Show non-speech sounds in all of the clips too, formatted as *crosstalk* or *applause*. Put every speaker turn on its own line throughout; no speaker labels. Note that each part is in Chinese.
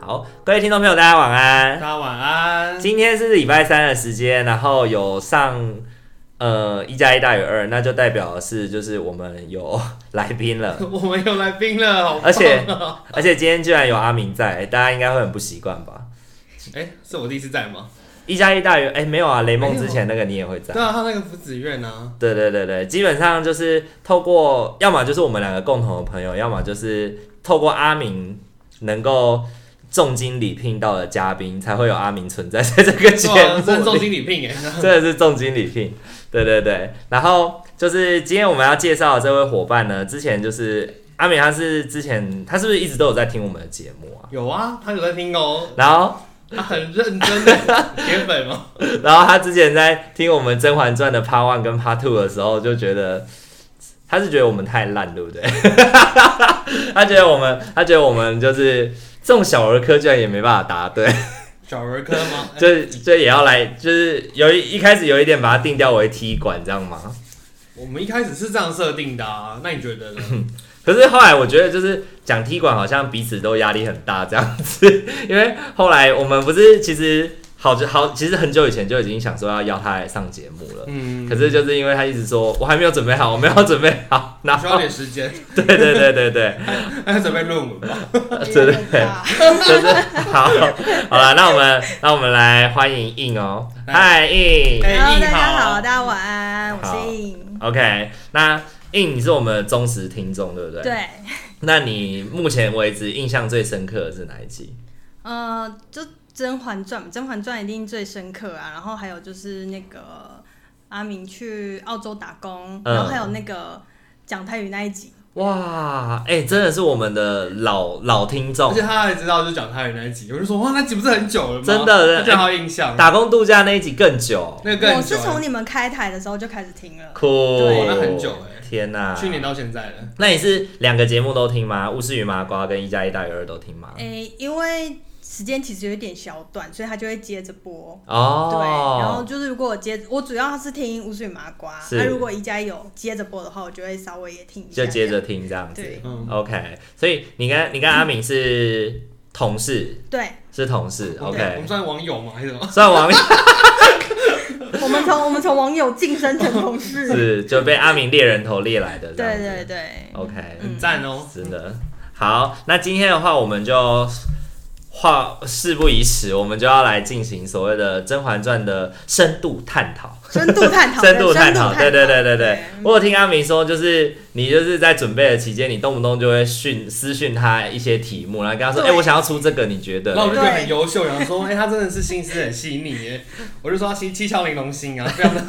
好，各位听众朋友，大家晚
大
安。
家晚安。
今天是礼拜三的时间，然后有上呃一加一大于二，那就代表是就是我们有来宾了，
*laughs* 我们有来宾了，好棒
而且
哦
而且今天居然有阿明在，大家应该会很不习惯吧？
哎、是我第一次在吗？
一加一大于哎、没有啊，雷
没
梦
有
之前那个你也会在
对。啊，他那个福子院啊，
对对对对，基本上就是透过，要么就是我们两个共同的朋友，要么就是透过阿明能够重金礼聘到的嘉宾，才会有阿明存在在这个节
对啊，真
目
重
里。
金礼聘哎。
*laughs* 真的是重金礼聘，对对对。然后就是今天我们要介绍的这位伙伴呢，之前就是阿明，他是之前他是不是一直都有在听我们的节目啊？
有啊，他有在听哦，
然后，
他很认真的铁粉哦。
*laughs* 然后他之前在听我们《甄嬛传》的 Part One 跟 Part Two 的时候，就觉得他是觉得我们太烂，对不 *laughs* 对？他觉得我们，他觉得我们就是这种小儿科，居然也没办法答对， *laughs*
小儿科吗？哎
就就也要来，就是有一一开始有一点把它定调为踢馆，这样吗？
我们一开始是这样设定的啊，那你觉得呢？
可是后来我觉得，就是讲踢馆好像彼此都压力很大这样子， *laughs* 因为后来我们不是其实好久好，其实很久以前就已经想说要邀他来上节目了。
嗯，
可是就是因为他一直说，我还没有准备好，我没有准备好，然
需要
后
点时间，
*laughs*
*laughs*
对对对对对，
还要准备论文吧。
对对对，就是好，好了，那我们那我们来欢迎印哦，嗨印
哎
Hello，
硬
大家
好
好，大家晚安，我
好
是颖。
，OK，那印你是我们的忠实听众，对不对？。
对，
那你目前为止印象最深刻的是哪一集？
呃，就《甄嬛传》，《甄嬛传》一定最深刻啊。然后还有就是那个阿明去澳洲打工，
嗯
然后还有那个讲泰语那一集，
哇，哎、真的是我们的老老听
而
众
且，他还知道就讲泰语那一集，我就说哇，那集不是很久了吗？
真的
他就好有印象。
打工度假那一集更久，
那个
我
更
是
久
从
了，
你们开台的时候就开始听了。
*laughs* 酷，
对
那很久哎
天哪、
去年到现在了。
那你是两个节目都听吗？《巫师与麻瓜》跟《一加一大于二》都听吗？
诶、因为时间其实有一点小短，所以他就会接着播。
哦，
对，然后就是如果我接，我主要是听《无水麻瓜》，啊
是
那、如果一家有接着播的话，我就会稍微也听一下。
就接着听这样子。
对
嗯，
OK，所以你跟你跟阿敏是同事，
对，
是同事。
我
OK，
们算网友吗？还是什么？
算网友
我们从我们从网友晋升成同事。
是就被阿敏猎人头猎来的这样
对
子。
对对，
OK，
嗯
很赞哦。
真的好。那今天的话，我们就话事不宜迟，我们就要来进行所谓的《甄嬛传》的深度探讨。
深度探讨，
深度探讨，对
深
对
度
对对对。我有听阿明说，就是你就是在准备的期间，你动不动就会讯私讯他一些题目，然后跟他说：“哎、
对
我想要出这个，你觉得
然后我就
嘞
觉得很优秀，然后说，哎、他真的是心思很细腻耶。我就说他七七窍玲珑心啊，非常的。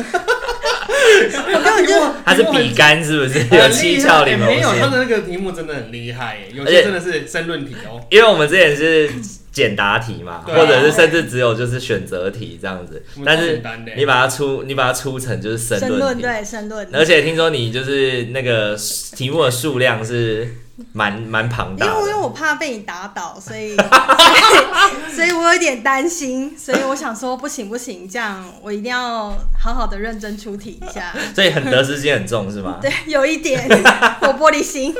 我
根本就
他是笔杆是不是？有七窍玲珑
哎没有，他
心。
的那个题目真的很厉害耶，有
而且
些真的是申论题哦。
因为我们之前是简答题嘛，
对啊
或者是甚至只有就是选择题这样子，但
我们
是
简单的耶
你把它出，你把它出成就是申
深
论
论
题，
对深论。
而且听说你就是那个题目的数量是蛮蛮庞
因
大
为因为
的。
我怕被你打倒，所以所以所以我有点担心，所以我想说不行不行，这样我一定要好好的认真出题一下。
所以很得失心很重是吗？
对，有一点我玻璃心。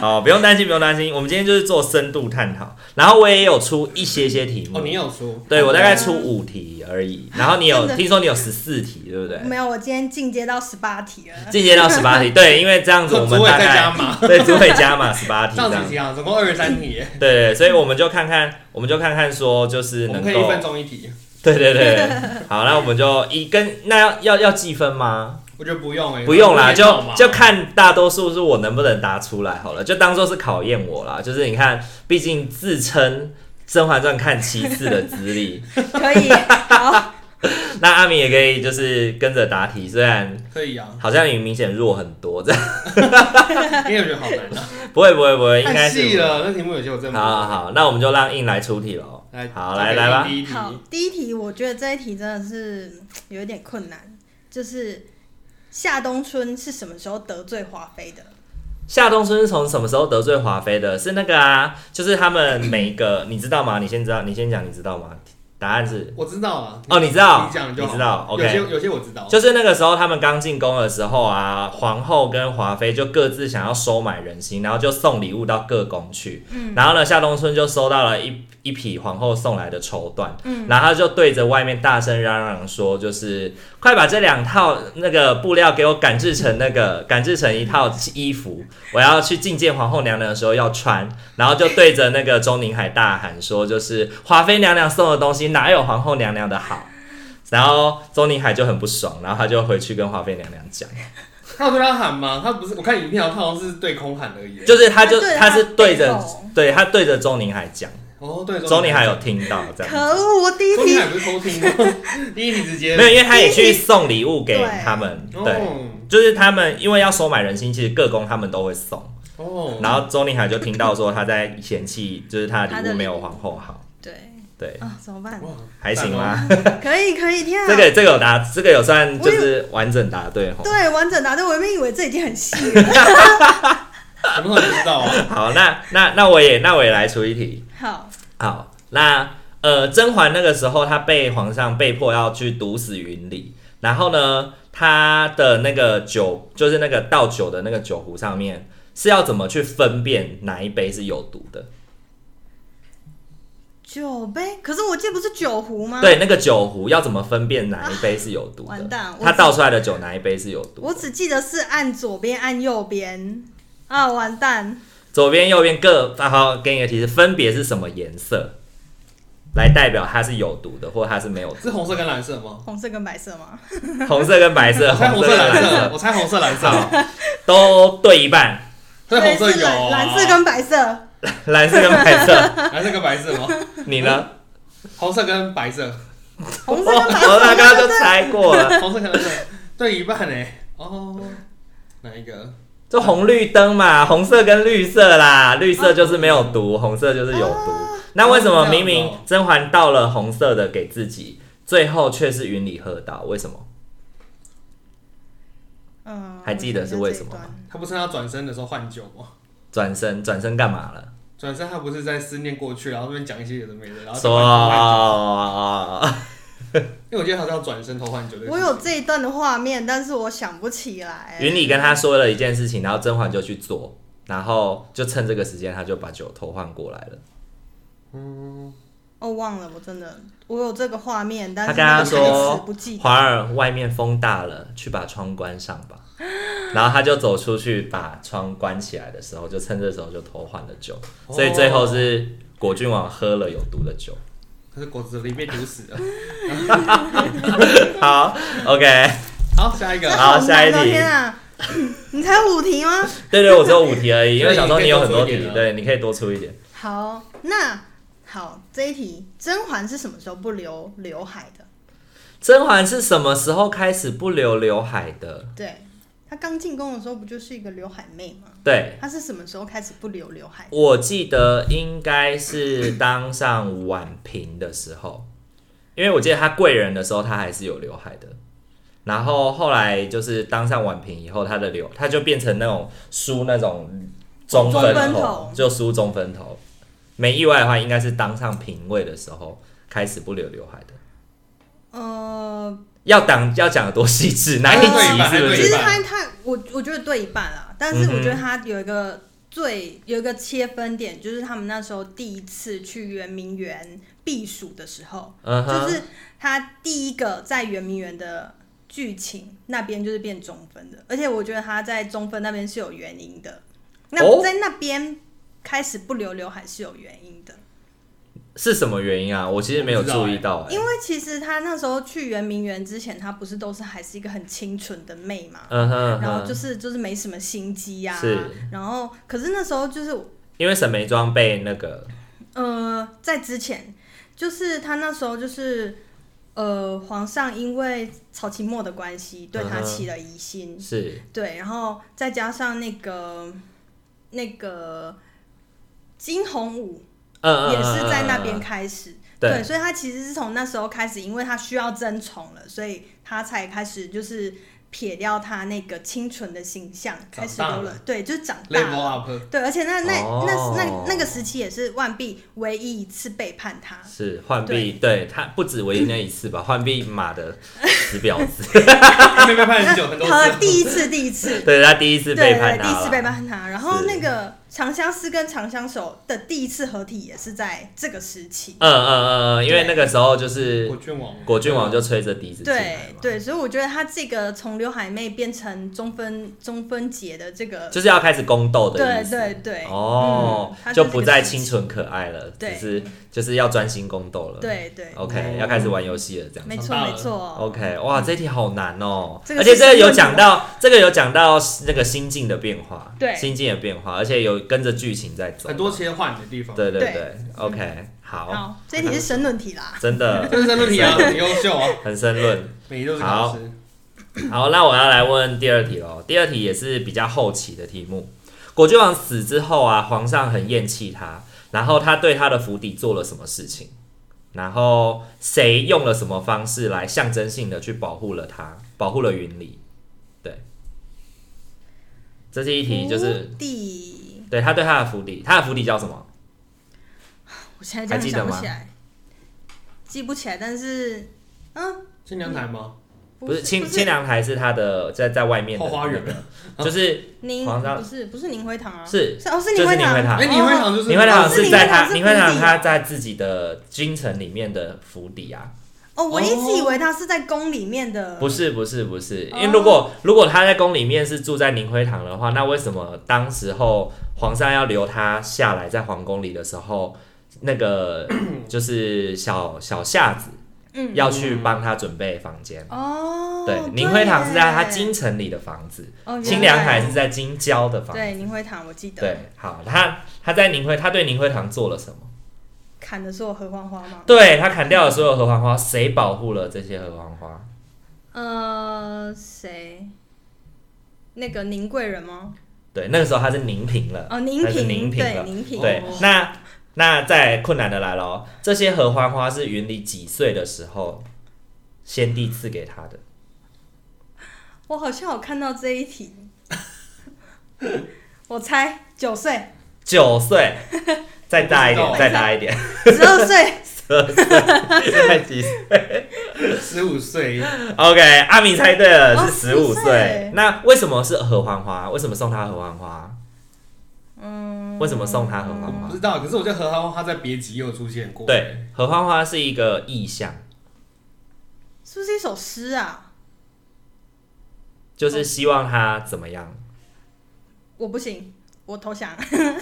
好，不用担心，不用担心。我们今天就是做深度探讨，然后我也有出一些些题目。
哦，你有出？
对我大概出五题而已，然后你有
真的
听说你有十四题，对不对？
没有，我今天进阶到十八题了。
进阶到十八
*laughs*
题，对，因为这样子我们
组委
大
再加
概
码，
对组委加码十八题这
*laughs*
样
这样子
子，
题啊，总共二十三题耶，
对对，所以我们就看看，我们就看看说就是
我
能
们可以一分
够，
钟一题。
对对对，好，那我们就一跟那要要要计分吗？
我觉得不用哎，
不用啦，
我觉
就
得也好嘛
就看大多数是我能不能答出来好了，就当做是考验我啦。就是你看，毕
*laughs*
竟自称《甄嬛传》看七次的资历，
可以，好，
那阿明也可以就是跟着答题，虽然
可以啊，
好像你明显弱很多，这样
因为我觉得好难啊，
不会不会不 *laughs* 会，应该
太
是
细了，那题目有些我真的
好好好，那我们就让印来出题喽。
来，
好
交
来
给
来吧
第一题，
好，第一题，我觉得这一题真的是嗯有一点困难，就是夏冬春是什么时候得罪华妃的？
夏冬春是从什么时候得罪华妃的？是那个啊，就是他们每一个，你知道吗？你先知道，你先讲，你知道吗？答案是
我知道啊，
哦，你知道，
你讲就
你
好
知道
有些
，OK。
有些我知道，
就是那个时候，他们刚进宫的时候啊，皇后跟华妃就各自想要收买人心，然后就送礼物到各宫去。
嗯
然后呢，夏冬春就收到了一一匹皇后送来的绸缎，
嗯，
然后他就对着外面大声嚷嚷说：“就是快把这两套那个布料给我赶制成那个赶制成一套衣服，我要去觐见皇后娘娘的时候要穿。”然后就对着那个周宁海大喊说：“就是华妃娘娘送的东西哪有皇后娘娘的好？”然后周宁海就很不爽，然后他就回去跟华妃娘娘讲，
他有对他喊吗？他不是，我看影片好像好像是对空喊而已。
就是他就
他对着
他
他
是对着
背后
对他对着周宁海讲，
哦，对，
周宁海有听到这样。
可恶，我第一
周宁
题
海不是偷听吗？ *laughs* 第一题直接
没有，因为他也去送礼物给他们，对，
哦
就是他们因为要收买人心，其实各宫他们都会送。
哦，
然后周宁海就听到说他在嫌弃，就是他的
他
礼
的
物没有
礼物
皇后好，
对
哎
对，
啊，怎么办？
哇
还行吗？
可以可以，天啊！
这个这个有答，这个有算
我
就
以为
是完整答对吼。
对完整答对，我原本以为这已经很
*laughs*
细了。
什么时候知道啊？
好，那那那我也那我也来出一题。
好，
好，那呃，甄嬛那个时候她被皇上被迫要去毒死云里，然后呢，她的那个酒就是那个倒酒的那个酒壶上面是要怎么去分辨哪一杯是有毒的？
酒杯，可是我记得不是酒壶吗？，
对，那个酒壶要怎么分辨哪一杯是有毒
啊完
的？
蛋我
它
只
倒出来的酒哪一杯是有毒的？
我只记得是按左边按右边啊，完蛋！
左边、右边各，然后给你个提示，分别是什么颜色，来代表它是有毒的，或它是没有毒
是红色跟蓝色吗？
红色跟白色吗？
的。 *laughs* 红色跟白色，
我猜红
色
色
跟
蓝
蓝
色，，我猜红色蓝色，
好，都对一半，
所以红色
是
有
蓝
啊
蓝色跟白色，
蓝色跟白色，
蓝色跟白色吗？
你呢？
红色跟白色，
红色跟
*laughs*
白
我
色
哦刚刚就猜过了，
红色跟蓝色对一半呢。哦，哪一个？
就红绿灯嘛，红色跟绿色啦，绿色就是没有毒，红色就是有毒。那为什么明明甄嬛倒了红色的给自己，最后却是云里喝到？为什么？
嗯，
还记得是为什么吗
他不是要转身的时候换酒吗？
转身转身干嘛了？
转身他不是在思念过去，然后这边讲一些有的没的，然后再
说
换酒
哦
因为我记得好像要转身偷换酒这个事情。
我有这一段的画面，但是我想不起来。
云里跟他说了一件事情，然后甄嬛就去做，然后就趁这个时间，他就把酒偷换过来了。
哦，忘了，我真的我有这个画面，但
他
是
跟他
那个台
说
词不
*laughs*
记：“得。
华儿，外面风大了，去把窗关上 *gasps* 吧。”然后他就走出去，把窗关起来的时候，就趁这时候就偷换了酒，所以最后是果郡王喝了有毒的酒。 *laughs*
可是果子狸被毒死了。 *laughs*
好，OK，
好，下一
这
个。
好
难
下一
哦
题
天啊， *laughs* 你才五题吗？
对对，我只有五题而 *laughs* 已，因为
所以
想说
你可以
你有很
多出
多
一点
题，
啊
对，你可以多出一点。
好，那好这一题，甄嬛是什么时候不留刘海的？
甄嬛是什么时候开始不留刘海的？
对，她刚进宫的时候不就是一个刘海妹吗？
对，
她是什么时候开始不留刘海？
我记得应该是当上婉嫔的时候，因为我记得她贵人的时候，她还是有刘海的。然后后来就是当上婉嫔以后，她的刘她就变成那种梳那种中分
中分
头
头，
就梳中分头。没意外的话，应该是当上嫔位的时候开始不留刘海的。
呃，
要讲要讲的多细致，哪一
还对一
集
半
是不
还对
其
一
是
实
半？
她她我我觉得对一半啦，但是我觉得她有一个最有一个切分点，就是他们那时候第一次去圆明园避暑的时候，
嗯
就
哼，
是她第一个在圆明园的。剧情那边就是变中分的，而且我觉得她在中分那边是有原因的。
哦
那在那边开始不留刘海是有原因的，
是什么原因啊？我其实没有
我不知道
注意到、欸
因为其实她那时候去圆明园之前，她不是都是还是一个很清纯的妹嘛，
嗯哼， *laughs* 嗯哼
然后就是就是没什么心机呀、
是
然后可是那时候就是
因为沈眉庄被那个
呃，在之前就是她那时候就是呃，皇上因为曹琴墨的关系，对他
嗯哼
起了疑心。
是
对，然后再加上那个那个金红舞
嗯，
也是在那边
看，
开始。
对
所以他其实是从那时候开始，因为他需要争宠了，所以他才开始就是撇掉他那个清纯的形象，开始
长大
有了对，就是长大
，level up，
对，而且那那、
哦
那那那个时期也是万碧唯一一次背叛他，
是浣碧，对他不止唯一那一次吧，浣碧妈的死婊子，
没被判很久，很多
他
次。
第一次第一次
*laughs* 对他第一次
对对
背叛
对，第
他
一
了
次背叛他。然后
是
那个长相思跟长相守的第一次合体也是在这个时期。
嗯嗯嗯嗯，因为那个时候就是
果郡王，
果郡王就吹着笛子进来
对
嘛，
对，所以我觉得他这个从刘海妹变成中分中分节的这个，
就是要开始宫斗的
对
意思。
对对，
哦
嗯，他
就是
这个
不再
时期
清纯可爱了，只
对
是就是要专心宫斗了。
对对，
，OK，、
哦
要开始玩游戏了，这哦样。
没错
长大
没
了
错，
OK，哇，这题好难哦、
嗯这个
而且
是
这个有
新
讲到，这个有讲到那个心境的变化，
对
心境的变化，而且有跟着剧情在走，
很多切换的地方。
对对对
对
o k 好，
好，这题是申论题啦。
真的
这是真的题啊，很优
*laughs*
秀啊，
很深论。
每一都是老师。
好，那我要来问第二题喽。第二题也是比较后期的题目。果郡王死之后啊，皇上很厌弃他，然后他对他的府邸做了什么事情？然后谁用了什么方式来象征性的去保护了他，保护了云里？对，这是一题，就是
无底，
对他对他的府邸，他的府邸叫什么？
我现在
还
真的
记得
想不
吗
起来，记不起来，但是嗯，
新娘台吗？
不是清
不
清
是
凉台是他的在在外面的
后花园
那个就是
宁
皇上
不是不是宁辉堂啊，
是
是哦是
就是
辉哦
宁辉堂
哎，你会堂就是
宁辉堂是在他，
哦是
宁
宁
辉
辉堂是
堂
府邸
他在自己的京城里面的府邸啊，
哦，我一直以为他是在宫里面的，
不是不是不是，因
嗯哦
为如果如果他在宫里面是住在宁辉堂的话，那为什么当时候皇上要留他下来在皇宫里的时候，那
*clears throat*
个就是小小夏子
嗯，
要去帮他准备房间？
哦，
对，宁辉堂是在他
耶
京城里的房子，
哦原
清凉
来
海是在京郊的房子。
对宁辉堂，我记得，
对，好，他他在宁辉，他对宁辉堂做了什么？
砍的是我合欢花吗？
对他砍掉了所有合欢花，谁保护了这些合欢花？
呃，谁？那个宁贵人吗？
对，那个时候他是宁平了，
哦，宁
他是
嫔，
宁平
对
了。
宁嫔，
对
哦，
那那再困难的来了哦，这些合欢花是云里几岁的时候先帝赐给他的？
我好像有看到这一题， *laughs* 我猜九岁、
九
*laughs*
岁，再大一点，
我不知道
再大一点，
十二岁， *laughs*
再几岁
十五岁，
*laughs* ？OK，阿明猜对了，
哦
是十五
15
岁
岁。
那为什么是合欢花？为什么送他合欢花？
嗯，
为什么送他合欢花
不？知道。可是我觉得何浩他在别集又出现过。
对，，合欢花是一个意象，
是不是一首诗啊？
就是希望他怎么样？
我不行，我投降。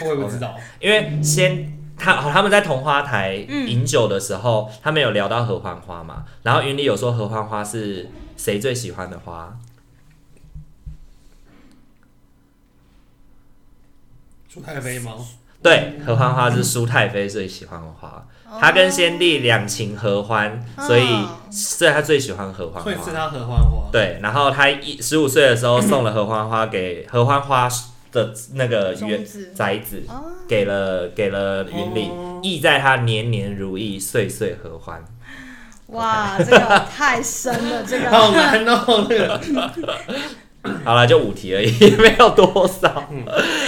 我也不知道。
因为先他好他们在同花台
嗯
饮酒的时候，
嗯
他们有聊到合欢花嘛，然后云里有说合欢花是谁最喜欢的花？
朱太妃吗？
对，合欢花是舒太妃最喜欢的花，
哦
她跟先帝两情合欢，所以
哦
所以她最喜欢合欢
所以是
花。
他合欢花。
对，然后她一十五岁的时候送了合欢花给合欢花的那个园
种子
宅子，
哦，
给了给了云里
哦，
意在她年年如意，岁岁合欢。
哇，这个太深了，这
*laughs*
个
好难哦，那个
好了，就五题而已， *laughs* 没有多少。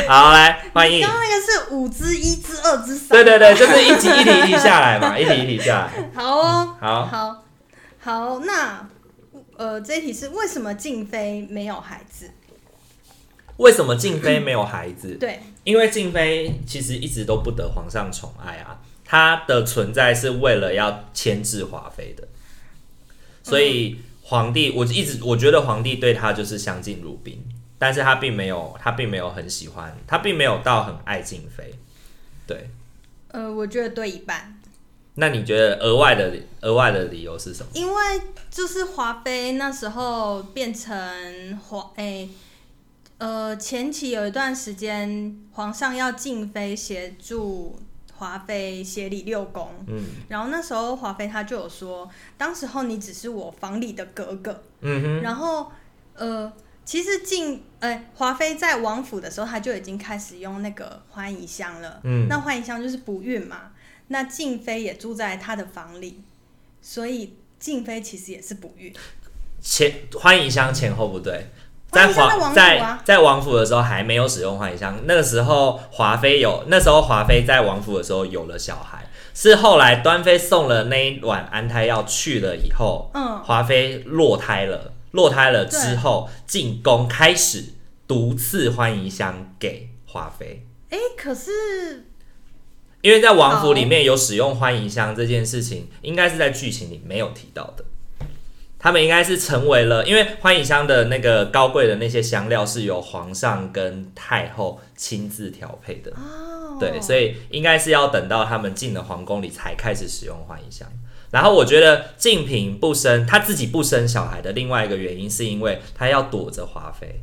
好，来欢迎
刚。刚那个是五之一之二之三。
对对对，就是一题一题一题下来嘛，一题一题下来。
好哦，
好
好好那呃，这一题是为什么静妃没有孩子？
为什么静妃没有孩子？
对，
因为静妃其实一直都不得皇上宠爱啊，她的存在是为了要牵制华妃的，所以皇帝我一直我觉得皇帝对她就是相敬如宾，但是他并没有他并没有很喜欢，他并没有到很爱静妃。对，
呃，我觉得对一半，
那你觉得额外的额外的理由是什么？
因为就是华妃那时候变成皇诶。呃，前期有一段时间，皇上要静妃协助华妃协理六宫，
嗯
然后那时候华妃她就有说，当时候你只是我房里的格格，
嗯哼，
然后呃，其实进哎华妃在王府的时候，她就已经开始用那个欢宜香了，
嗯
那欢宜香就是不孕嘛，那静妃也住在她的房里，所以静妃其实也是不孕，
前欢宜香前后不对，
欢宜香在
华
王府
在
啊
在王府的时候还没有使用欢宜香，那个时候华妃有，那时候华妃在王府的时候有了小孩，是后来端妃送了那一碗安胎药去了以后，
嗯，
华妃落胎了，落胎了之后进宫开始毒赐欢宜香给华妃，
哎，可是
因为在王府里面有使用欢宜香这件事情，应该是在剧情里没有提到的。他们应该是成为了，因为欢宜香的那个高贵的那些香料是由皇上跟太后亲自调配的，
哦，
对，所以应该是要等到他们进了皇宫里才开始使用欢宜香。然后我觉得静嫔不生，她自己不生小孩的另外一个原因，是因为她要躲着华妃。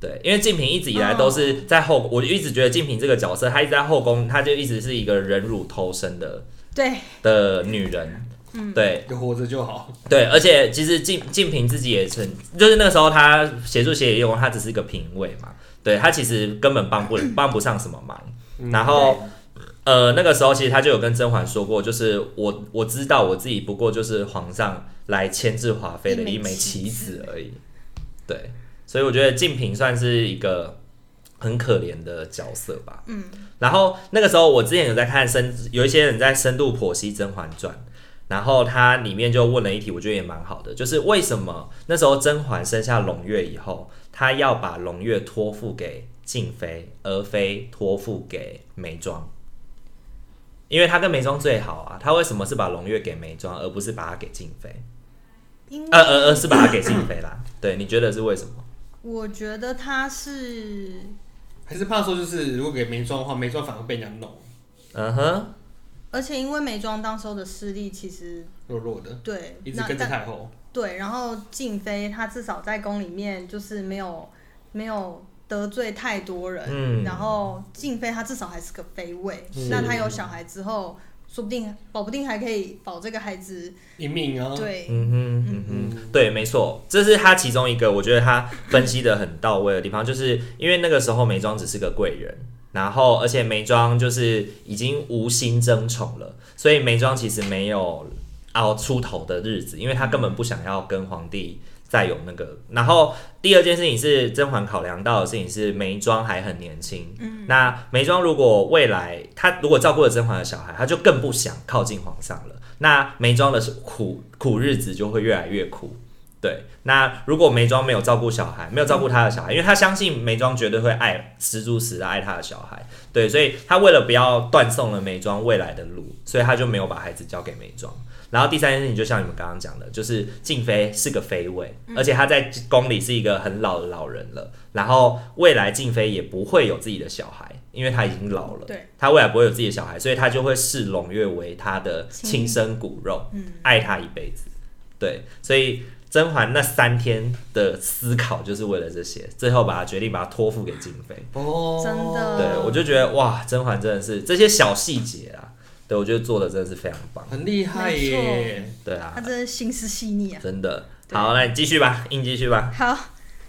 对，因为静嫔一直以来都是在后，我一直觉得静嫔这个角色，她一直在后宫，她就一直是一个忍辱偷生的
对，
的女人。对，
有活着就好。
对，而且其实静静平自己也曾，就是那个时候他协助协理用，他只是一个评委嘛，对他其实根本帮不帮不上什么忙。嗯然后，呃，那个时候其实他就有跟甄嬛说过，就是我我知道我自己不过就是皇上来牵制华妃的
一枚
一枚
棋
棋子而已。对，所以我觉得静平算是一个很可怜的角色吧。
嗯，
然后那个时候我之前有在看深，有一些人在深度剖析《甄嬛传》，然后它里面就问了一题，我觉得也蛮好的，就是为什么那时候甄嬛生下胧月以后，她要把胧月托付给静妃，而非托付给眉庄？因为她跟眉庄最好啊，她为什么是把胧月给眉庄，而不是把她给静妃？
因为
呃呃呃，是把她给静妃啦。对，你觉得是为什么？
我觉得她是
还是怕说，就是如果给眉庄的话，眉庄反而被人家弄
嗯哼，
而且因为眉庄当时候的势力其实
弱弱的，
对，
一直
那
跟着
但
太后。
对，然后静妃她至少在宫里面就是没有没有得罪太多人，
嗯
然后静妃她至少还是个妃位
是，
那她有小孩之后，说不定保不定还可以保这个孩子，
一命啊！，
对，
嗯哼，嗯哼，对，没错，这是他其中一个我觉得他分析的很到位的地方，就是因为那个时候眉庄只是个贵人，然后而且眉庄就是已经无心争宠了，所以眉庄其实没有熬出头的日子，因为他根本不想要跟皇帝再有那个。然后第二件事情是甄嬛考量到的事情是眉庄还很年轻，嗯，那眉庄如果未来她如果照顾了甄嬛的小孩，她就更不想靠近皇上了。那眉庄的苦苦日子就会越来越苦。对，那如果眉庄没有照顾小孩，没有照顾他的小孩，因为他相信眉庄绝对会爱十足十的爱他的小孩，对，所以他为了不要断送了眉庄未来的路，所以他就没有把孩子交给眉庄。然后第三件事情，就像你们刚刚讲的，就是静妃是个妃位，而且她在宫里是一个很老的老人了。然后未来静妃也不会有自己的小孩，因为她已经老了。
对，
她未来不会有自己的小孩，所以她就会视胧月为她的亲生骨肉，
嗯
爱她一辈子。对，所以甄嬛那三天的思考就是为了这些，最后把她决定把她托付给静妃。
哦，
真的
对，我就觉得哇，甄嬛真的是这些小细节啊，对我觉得做的真的是非常棒。
很厉害耶！
对啊
她，真的心思细腻啊。
真的。
对
好，那你继续吧，硬继续吧。
好，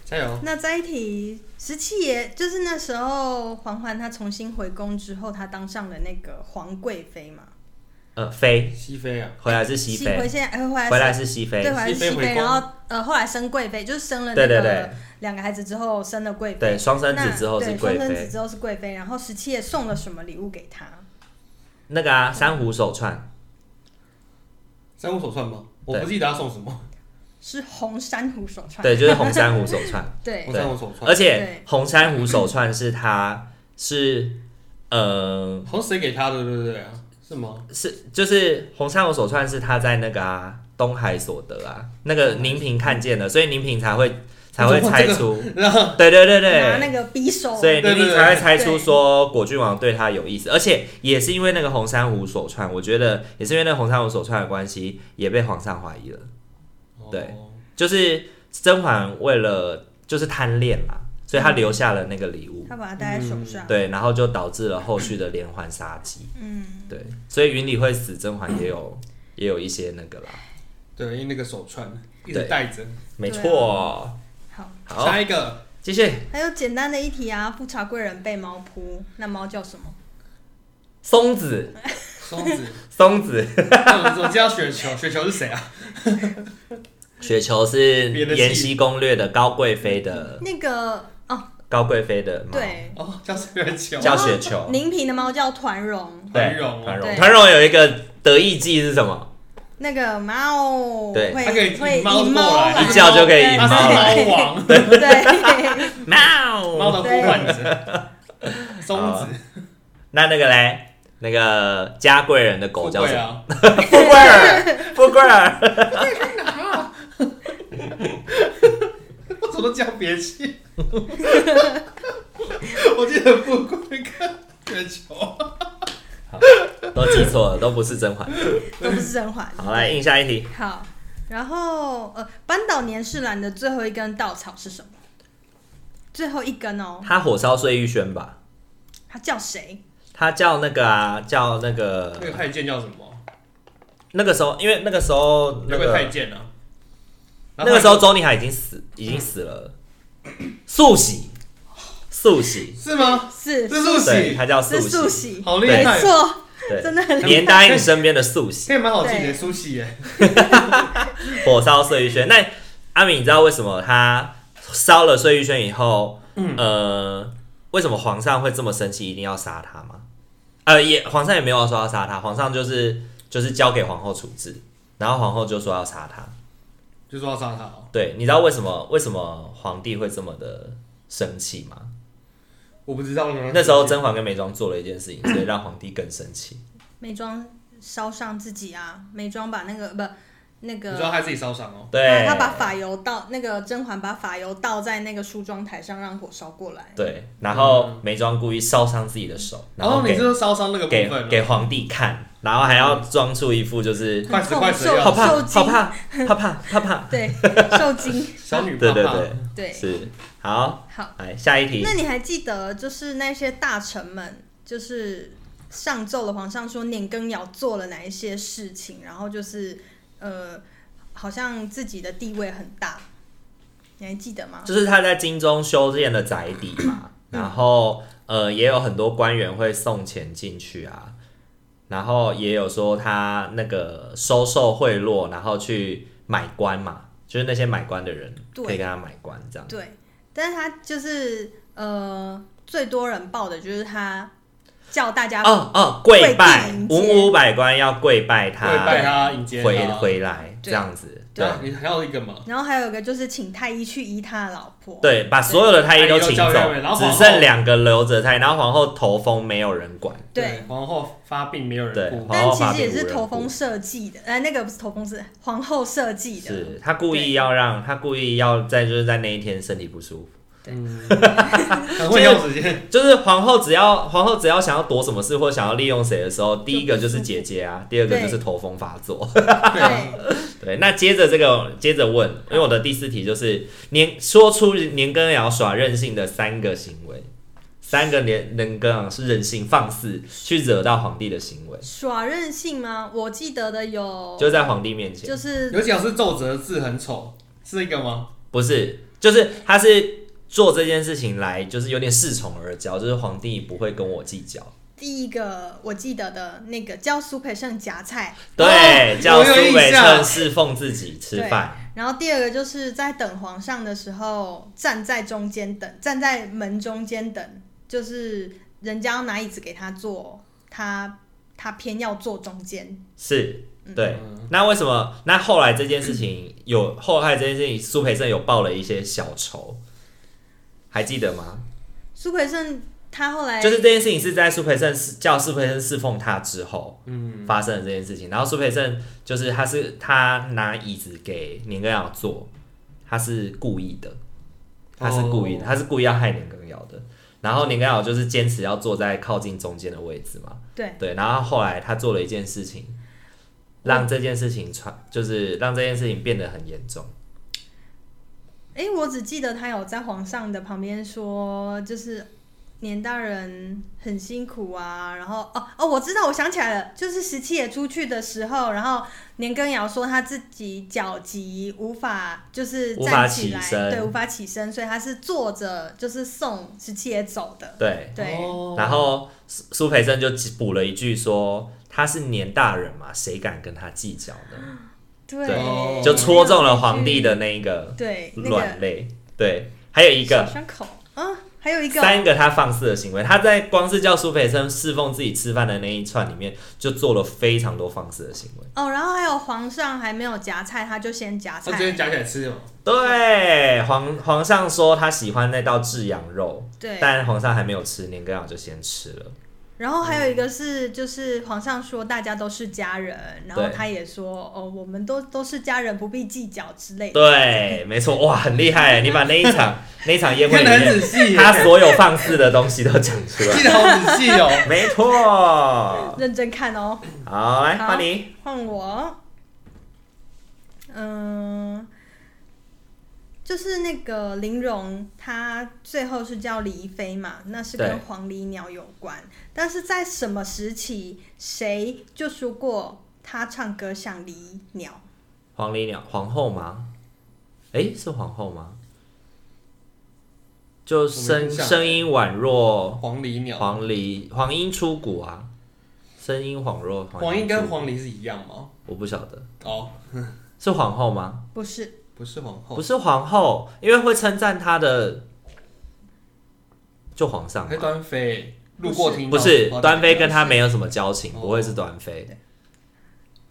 加油！
那这一题，十七爷就是那时候嬛嬛她重新回宫之后，她当上了那个皇贵妃嘛，
呃，妃
熹妃啊，
回来是熹
回
妃，
现在呃回来
回
是
来是熹妃
对，，回来是
熹妃
熹
回
妃，
宫
然后呃后来升贵妃，就是生了那
对对
个
对
两个孩子之后生了贵妃，
对，双生
那
子之后是
对
贵
双生
妃
子。之后是贵妃，然后十七爷送了什么礼物给她？
那个啊，珊瑚手串，
三无所算吗？我
对
不记得他送什么，
是红珊瑚手串。
对，
*laughs*
就是红珊瑚手串。
对
我
对
三无所
而
算。
且
对
红珊瑚手串是她是呃
好像谁给他的，对不对啊？是吗？
是就是红珊瑚手串是她在那个啊东海所得啊，那个宁嫔看见的，所以宁嫔才会才会猜出，
哦然后
*laughs* 对对对对。
拿那个匕首。
所以
对
宁
对
嫔
对
才会猜出说果郡王对她有意思，而且也是因为那个红珊瑚手串，我觉得也是因为那个红珊瑚手串的关系，也被皇上怀疑了。对
哦
就是甄嬛为了就是贪恋啦，所以他留下了那个礼物，
他把它戴在手上。
对，然后就导致了后续的连环杀机，
嗯，
对，所以云里会死，甄嬛也有也有一些那个啦，
对，因为那个手串一
对
直戴着。
没错，
好，
好，
下一个
继续
还有简单的一题啊，富察贵人被猫扑，那猫叫什么？
松子，
松子，
松子，
那我我记得雪球，雪球是谁
*laughs*
啊？
雪球是
别的
《
戏
延禧攻略》的高贵妃的
那个哦，
高贵妃的呃猫，
对，
哦，叫雪 *laughs* 球。
叫雪球，
宁嫔的猫叫团容，
对，
团蓉
团蓉，
对
团蓉有一个得意技是什么？
那个猫
对
会
它可以
会
引猫
引
过
猫
来
来，
一叫就可以引
哎他
猫来
是猫王，
对， *laughs*
猫
猫
的呼唤者。松
好
子，
那那个嘞，那个嘉贵人的狗叫什
富贵
么？富贵
啊？
儿，富贵儿， *laughs*
我怎么都讲别气？ *laughs* 我记得富贵跟雪球。
都记错了，都不是甄嬛。
都不是甄嬛。
好，来印下一题，
好，然后呃，扳倒年世兰的最后一根稻草是什么？最后一根哦，
他火烧碎玉轩吧？
他叫谁？
他叫那个啊，叫那个
那个太监叫什么？
那个时候，因为那个时候那
那个太
个
监啊。
那个时候周宁海已经死，已经死了。素喜，素喜，
是吗？
是
这是
对，
喜，
他叫素
是素
喜，
喜，
好厉
没
害！
错，真
对，
的很厉害
连答应身边的素喜，
这也蛮好记的，苏喜耶。
火烧碎玉轩。那阿敏，你知道为什么他烧了碎玉轩以后，
嗯
呃，为什么皇上会这么生气，一定要杀他吗？呃，也皇上也没有说要杀他，皇上就是就是交给皇后处置，然后皇后就说要杀他。
就说要杀他哦，
对，你知道为什么为什么皇帝会这么的生气吗？
我不知道呢。
那时候甄嬛跟眉庄做了一件事
*coughs*
情，所以让皇帝更生气。
美妆烧伤自己啊，美妆把那个不那
你知道
个。
他自己烧伤哦，
对，
啊他把法油倒，那个甄嬛把法油倒在那个梳妆台上，让火烧过来。
对，然后眉庄故意烧伤自己的手，然
然
后
后
给
嗯哦你就是烧伤那个
给
部分
给
哦，
皇帝看，然后还要装出一副就是
快死快死
受
要
好怕
受
好
惊，
怕好怕好
*laughs*
怕，
对，
*laughs*
受惊，
小女
对
爸
对
爸，
对，
对，
是好，
好。
来下一题
那，你还记得，就是那些大臣们，就是上奏了皇上说年羹尧做了哪一些事情，然后就是呃，好像自己的地位很大，你还记得吗？嗯
就是他在京中修建了宅邸嘛，然后呃也有很多官员会送钱进去啊，然后也有说他那个收受贿赂，然后去买官嘛，就是那些买官的人
对
可以跟他买官这样，
对，但是他就是呃，最多人报的就是他叫大家、
哦哦跪拜
跪地迎，接
文武百官要跪拜他，
跪拜他啊迎接他
回回来这
对
样子，
对啊，你还有一个嘛，
然后还有一个就是请太医去医他的老婆，
对，把所有的太医都请走
太医都交给了然后，
只
皇后
剩两个留着太医，然后皇后头风没有人管，
对。
皇后发病没有
对
人顾，
皇
但
后
其
发
实也
病无
是
人
头
顾
风设计的，呃，那个不是头风是皇后设计的，
是他故意要让他故意要在就是在那一天身体不舒服，
嗯， *laughs* 很会用时间，
就是皇后只要皇后只要想要躲什么事或想要利用谁的时候，第一个就是姐姐啊，第二个就是头风发作。
对啊，
对，
对，那接着这个接着问，因为我的第四题就是年说出年羹尧耍任性的三个行为，三个年年羹尧是任性放肆去惹到皇帝的行为，
耍任性吗？我记得的有，
就在皇帝面前，
哦就是
尤其是奏折字很丑，是一个吗？
不是，就是他是做这件事情来就是有点恃宠而骄，就是皇帝不会跟我计较。
第一个我记得的那个教苏培盛夹菜，
对，
哦
叫
我有
苏
印
北
象
盛侍奉自己吃饭，
然后第二个就是在等皇上的时候站在中间等，站在门中间等，就是人家要拿椅子给他坐，他他偏要坐中间，
是
嗯
对。那为什么？那后来这件事情有后来这件事情，苏培盛有报了一些小仇，还记得吗？
苏培盛他后来
就是这件事情是在苏培盛侍叫苏培盛侍奉他之后，嗯，发生的这件事情。然后苏培盛就是他是他拿椅子给年羹尧坐，他是故意的，他是故意的，
哦
他是故意要害年羹尧的。然后年羹尧就是坚持要坐在靠近中间的位置嘛，
对
对，然后后来他做了一件事情，让这件事情传，就是让这件事情变得很严重。
诶，我只记得他有在皇上的旁边说，就是年大人很辛苦啊。然后哦哦，我知道，我想起来了，就是十七也出去的时候，然后年羹尧说他自己脚疾，无法就是
无法
站起
起
来，
身
对，无法起身，所以他是坐着，就是送十七也走的。
对，
对，
哦
然后苏苏培盛就补了一句说：“他是年大人嘛，谁敢跟他计较呢
哦
对，？”
就戳中了皇帝的那一个
对那
软
个
肋。对，还有一个
小伤口啊，还有一个
三个他放肆的行为，他在光是叫苏培盛侍奉自己吃饭的那一串里面，就做了非常多放肆的行为。
哦，然后还有皇上还没有夹菜，他就先夹
他直接
菜，
夹起来吃哦。
对，皇皇上说他喜欢那道炙羊肉，
对。
但皇上还没有吃，年羹尧就先吃了。
然后还有一个是，就是皇上说大家都是家人，然后
对
他也说哦，我们都都是家人，不必计较之类的。
对，没错，哇，很厉害！你把那一场那一场宴会
看
里
得很
面，
仔细耶，
他所有放肆的东西都讲出来
*laughs* 记。得好仔细哦。
没错，好，
认真看哦，
来
好
换你。
换我。嗯、就是那个林荣，他最后是叫黎飞嘛，那是
对
跟黄鹂鸟有关。但是在什么时期，谁就说过他唱歌像鹂鸟？
黄鹂鸟，皇后吗？诶，是皇后吗？就
我没
声
印象
声音宛若
黄鹂鸟，
黄鹂，黄莺出谷啊，声音恍若
黄莺
出
跟
谷
黄鹂是一样吗？
我不晓得
哦，
是皇后吗？
不是，
不是皇
哦
后
不，是皇后，因为会称赞她的就皇上
是
嘛。
端妃路过听到
不是
哦
端妃跟他没有什么交情，
哦
不会是端妃。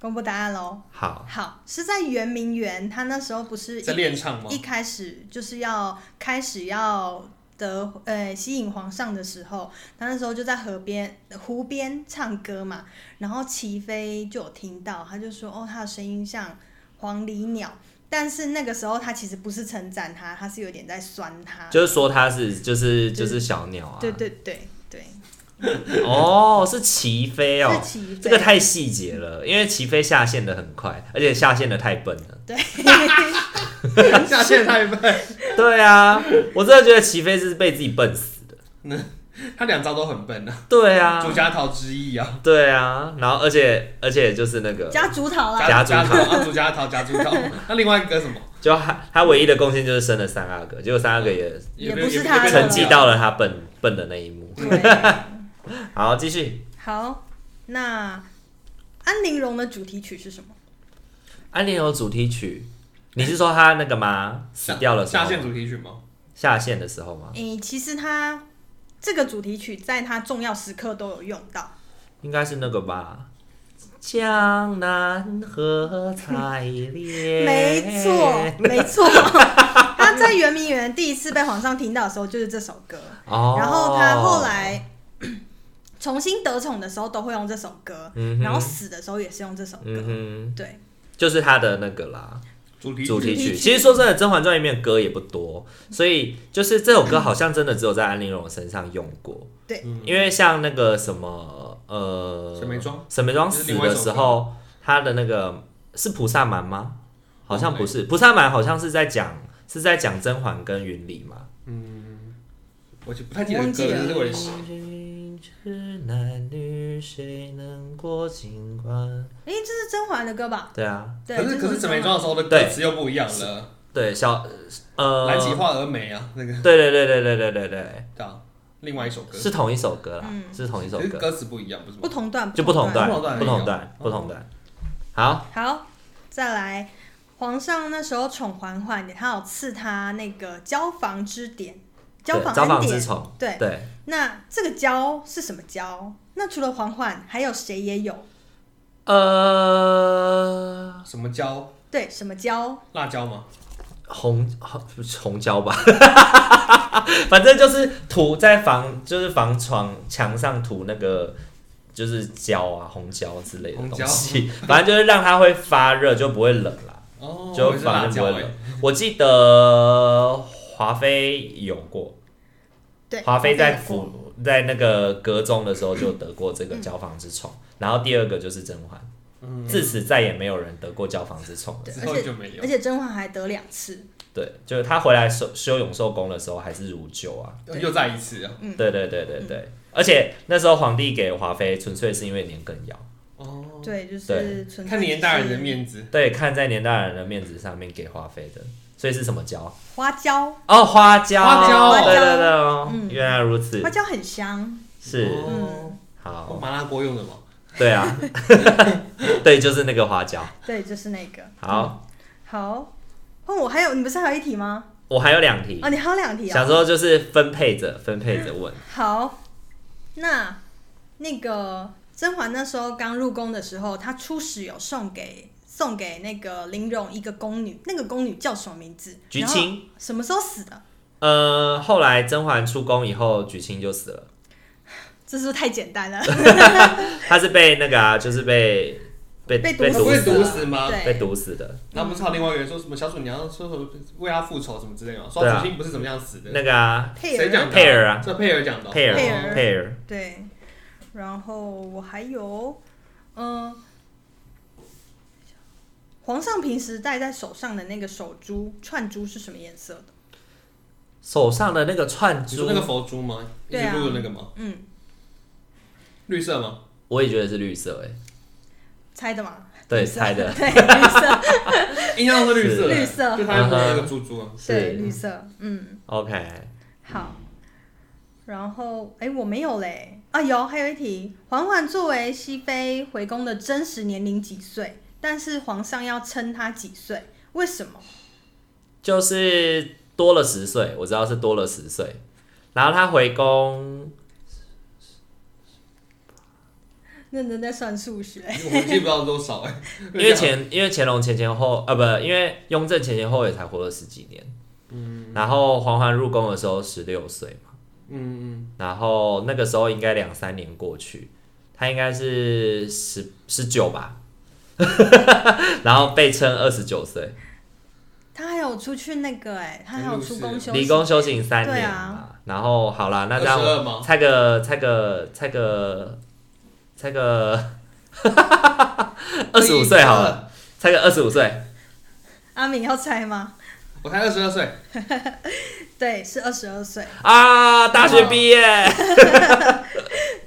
公布答案喽。
好，
好，是在圆明园，他那时候不是
在
一
练唱吗？
一开始就是要开始要得呃吸引皇上的时候，他那时候就在河边湖边唱歌嘛，然后齐飞就有听到，他就说哦，他的声音像黄鹂鸟，但是那个时候他其实不是称赞他，他是有点在酸他，
就是说他是就是
就
就是是小鸟啊。
*laughs* 对对对对，
哦，是齐飞哦
是，齐飞，
这个太细节了，因为齐飞下线的很快，而且下线的太笨了。
对 *laughs*
下线太笨，
对啊，我真的觉得齐飞是被自己笨死的。
他两招都很笨啊。
对啊
朱，家桃之意啊，
对啊，然后而且而且就是那个，
加竹桃 *laughs* 啦，
夹
家
竹
家
桃
桃啊，朱家桃，家朱桃。那另外一个什么？
就他他唯一的贡献就是生了三阿哥，结果三阿哥也
也
没
不
有
是
没有
他
被
*laughs*
的
沉
人
寂
记
到了他笨笨的那一幕。
对，嗯
好，继续。
好，那安陵容的主题曲是什么？
安陵容主题曲，你是说他那个吗？死掉了时候
下线主题曲吗？
下线的时候吗？
诶、其实它这个主题曲在它重要时刻都有用
*laughs*
到。
应该是那个吧。江南何采莲？
没错，没错。 *laughs* 他在圆明园第一次被皇上听到的时候就是这首歌，
哦。
然后他后，来 *clears throat* 重新得宠的时候都会用这首歌，
嗯哼
然后死的时候也是用这首歌。
嗯哼，
对，
就是他的那个啦，
主题
主题
主题
曲。
曲
其实说真的，《甄嬛传》里面歌也不多，所以就是这首歌好像真的只有在安陵容身上用过。
对
嗯
因为像那个什么呃，
沈眉庄，
沈眉庄
就是
死
另外一
的
首
时
歌
候，他的那个是菩萨蛮吗？好像不
哦
是，菩萨蛮好像是在讲是在讲甄嬛跟云里嘛。
我就不太记得歌
忘记了
了，是我的诗。
君之男女，谁能过情关？
诶、这是甄嬛的歌吧？
对啊，
对，
可是
这
可是
甄
沈
嬛
眉庄的时候的歌
对
词又不一样了，
对小呃，
蓝旗画蛾眉啊，那个
对对对对对对对对，
对啊，另外一首歌
是同一首歌啦，
嗯
是同一首
可是
歌，
歌词不一样，不是吗
不？同段，
就不同段，
不同段
不同段，
哦
不同段。好，
好，再来，皇上那时候宠嬛嬛，他有赐她那个交房之典，交
对
房
交
安
房
典
之。宠，
对，
对，
那这个交是什么交？那除了嬛嬛，还有谁也有？
呃，
什么椒？
对，什么交？
辣椒吗？
红红红椒吧， *laughs* 反正就是涂在房就是房床墙上涂那个就是胶啊红胶之类的
红
东西，反正就是让它会发热，就不会冷啦，
哦，
就
我以为是
反
辣
正不
椒
会
哎
冷。。我记得华妃有过，
对，
华妃在
有过
府在那个阁中的时候就得过这个交房之宠，然后第二个就是甄嬛，
嗯，
自此再也没有人得过交房之宠了。
对
之后就没有
而且甄嬛还得两次，
对，就是他回来修修永寿宫的时候还是如旧啊。
又再一次啊！
嗯
对对对对对，而且那时候皇帝给华妃纯粹是因为年羹尧，
哦，
对，就
对
是纯粹
看年大人的
就是
面子，
对，看在年大人的面子上面给华妃的，所以是什么椒？
花椒，
哦，花椒，
花椒
对对对哦，
嗯
原来如此
花，椒很香，
是
嗯
哦，哦
好，
麻辣锅用的嘛，
对啊， *laughs* 对，就是那个花椒。
对，就是那个。
好，
好，哦，我还有，你不是还有一题吗？
我还有两题
啊，，你还有两题啊、
想说就是分配着分配着
嗯
问，
好，那那个甄嬛那时候刚入宫的时候，她出使有送给送给那个林容一个宫女，那个宫女叫什么名字？
菊青。
什么时候死的？
呃，后来甄嬛出宫以后，菊青就死了。
这是不是太简
*laughs*
单了？
她是被那个啊，就是被被
被毒
被
不
毒
会
死
死
毒
的，
死吗？
被
对，
毒死的。
然后不是还有另外一个人说什么小鼠娘说什么为他复仇什么之类的吗？说
对啊
楚青不是怎么样死的，
那个啊，
佩
谁讲
儿，
的？
佩儿啊
这佩儿讲的哦。
佩尔
佩
哦
尔
佩尔，
对。然后我还有，嗯、皇上平时戴在手上的那个手珠串珠是什么颜色的？
手上的那个串
你
珠
说，那个佛珠吗？一
对
直
啊
录的那个吗？
嗯，
绿色吗？
我也觉得是绿色哎、
猜的嘛？
对，
绿色
猜的
*laughs* 对，绿
*laughs*
色，
印象中是绿色的，
绿色
就他摸那个珠珠啊。
对，
是
绿色，嗯。
OK。
好，然后哎，我没有嘞啊，有还有一题，嬛嬛作为熹妃回宫的真实年龄几岁？但是皇上要称她几岁？为什么？
就是多了十岁，我知道是多了十岁。然后他回宫，
认真在算数学，
我们记不到多少哎，
*laughs* 因
*laughs*
为乾因为乾隆前前后啊，不，因为雍正前前后后也才活了十几年。嗯。然后嬛嬛入宫的时候十六岁嘛，
嗯
然后那个时候应该两三年过去，他应该是十十九吧， *laughs* 然后被称二十九岁，
她还有出去那个哎、她还有出宫休息，
离宫修行三
对
年
啊
嘛。然后好啦，那这样
22吗
猜个猜个猜个猜个 *laughs*
嗯，
二十五岁好了，，猜个二十五岁，
阿敏要猜吗？ *laughs*
我才二十二岁，
对，是二十二岁。
啊，大学毕业。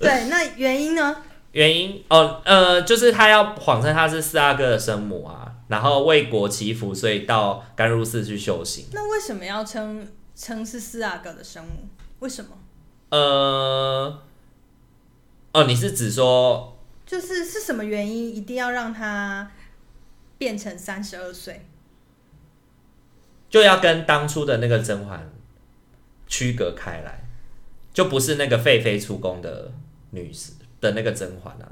对，那原因呢？
原因哦，呃，就是他要谎称他是四阿哥的生母啊，然后为国祈福，所以到甘露寺去修行。
那为什么要称称是四阿哥的生母？为什么？
呃，哦，你是指说
就是是什么原因一定要让她变成三十二岁？
就要跟当初的那个甄嬛区隔开来，就不是那个废妃出宫的女士的那个甄嬛啊，